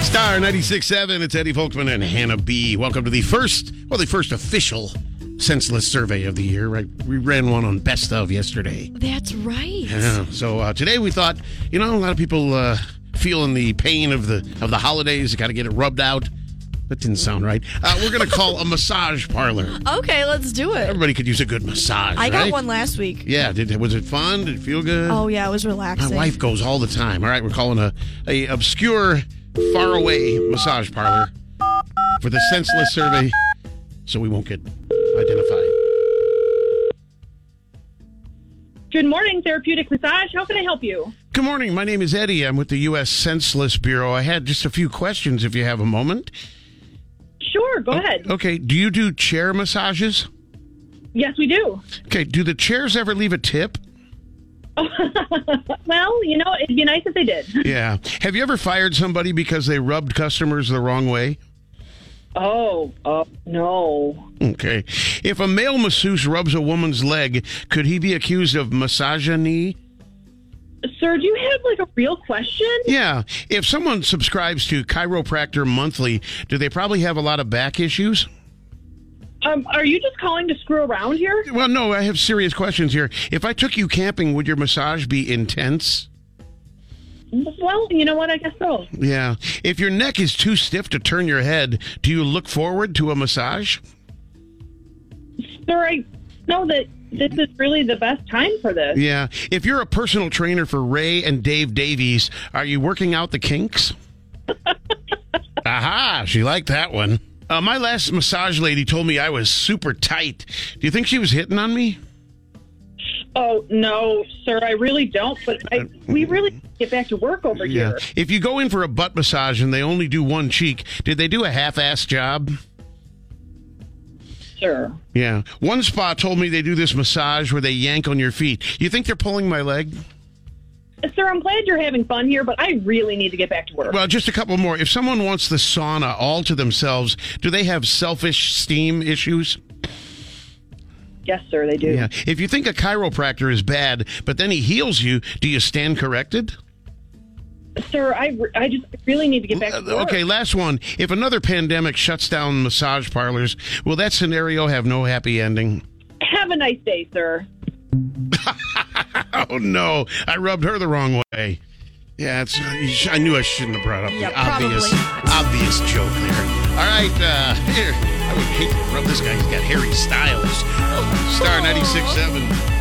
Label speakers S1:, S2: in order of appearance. S1: Star 96.7, it's Eddie Volkman and Hannah B. Welcome to the first, well, the first official senseless survey of the year, right? We ran one on best of yesterday.
S2: That's right.
S1: Yeah. So uh, today we thought, you know, a lot of people uh, feeling the pain of the of the holidays, got to get it rubbed out. That didn't sound right. Uh, we're going to call a massage parlor.
S2: Okay, let's do it.
S1: Everybody could use a good massage.
S2: I got
S1: right?
S2: one last week.
S1: Yeah, did, was it fun? Did it feel good?
S2: Oh yeah, it was
S1: My
S2: relaxing.
S1: wife goes all the time. All right, we're calling a, a obscure, faraway massage parlor for the senseless survey, so we won't get identified.
S3: Good morning, Therapeutic Massage. How can I help you?
S1: Good morning. My name is Eddie. I'm with the U.S. Senseless Bureau. I had just a few questions if you have a moment.
S3: Sure,
S1: Oh.
S3: go ahead.
S1: Okay. Do you do chair massages?
S3: Yes, we do.
S1: Okay. Do the chairs ever leave a tip?
S3: Well, you know, it'd be nice if they did.
S1: Yeah. Have you ever fired somebody because they rubbed customers the wrong way?
S3: Oh, oh no.
S1: Okay. If a male masseuse rubs a woman's leg, could he be accused of misogyny?
S3: Sir, do you have like a real question?
S1: Yeah. If someone subscribes to Chiropractor Monthly, do they probably have a lot of back issues?
S3: Um, are you just calling to screw around here?
S1: Well, no, I have serious questions here. If I took you camping, would your massage be intense?
S3: Well, you know what? I guess so.
S1: Yeah. If your neck is too stiff to turn your head, do you look forward to a massage?
S3: Sir, I know that this is really the best time for this.
S1: Yeah. If you're a personal trainer for Ray and Dave Davies, are you working out the kinks? Aha, she liked that one. Uh, my last massage lady told me I was super tight. Do you think she was hitting on me?
S3: Oh no, sir, I really don't. But I, we
S1: Mm-hmm.
S3: really need to get back to work over here.
S1: If you go in for a butt massage and they only do one cheek, did they do a half ass job?
S3: Sure.
S1: Yeah. One spa told me they do this massage where they yank on your feet. You think they're pulling my leg?
S3: Sir, I'm glad you're having fun here, but I really need to get back to work.
S1: Well, just a couple more. If someone wants the sauna all to themselves, do they have selfish steam issues?
S3: yes, sir, they do.
S1: Yeah. If you think a chiropractor is bad, but then he heals you, do you stand corrected?
S3: Sir, I, re- I just really need to get back to work.
S1: Uh, Okay, last one. If another pandemic shuts down massage parlors, will that scenario have no happy ending?
S3: Have a nice day, sir.
S1: Oh no, I rubbed her the wrong way. Yeah, it's, I knew I shouldn't have brought up
S2: Yeah,
S1: the obvious,
S2: probably.
S1: obvious joke there. All right, uh,
S2: Oh,
S1: here. I would hate to rub this guy. He's got Harry Styles. Star 96.7.